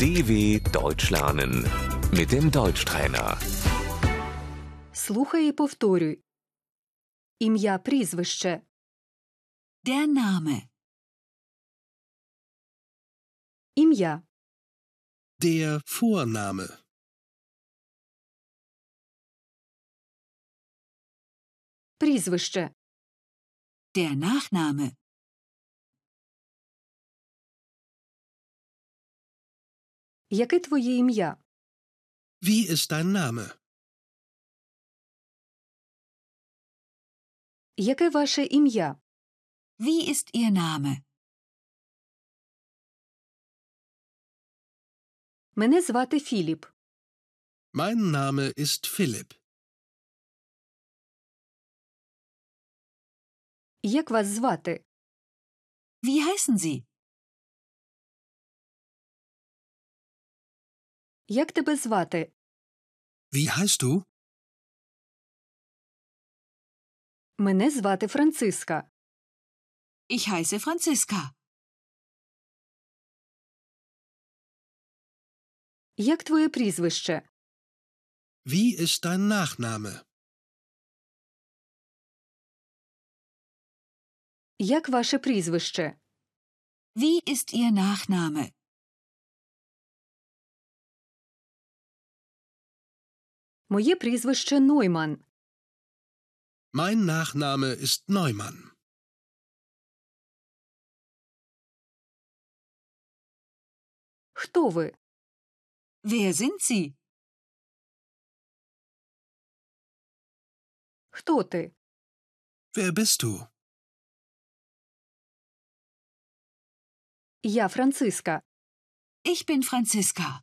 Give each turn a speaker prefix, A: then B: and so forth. A: DW Deutsch lernen mit dem Deutschtrainer.
B: Слухай і повторюй. Ім'я прізвище.
C: Der Name.
B: Ім'я.
D: Der Vorname.
B: Прізвище.
C: Der Nachname.
B: Яке твоє ім'я?
D: Wie ist dein Name?
B: Яке ваше ім'я?
C: Wie ist Ihr Name?
B: Мене звати Філіп.
D: Mein Name ist Philipp.
B: Як вас звати?
C: Wie heißen Sie?
B: Як тебе звати?
D: Wie heißt du?
B: Мене звати Франциска.
C: Ich heiße Franziska.
B: Як твоє прізвище?
D: Wie ist dein Nachname?
B: Як ваше прізвище?
C: Wie ist Ihr Nachname?
B: Моє прізвище Нойман.
D: Mein Nachname ist Neumann.
B: Хто ви?
C: Wer sind Sie?
B: Хто ти?
D: Wer bist du?
B: Я Франциска.
C: Ich bin Franziska.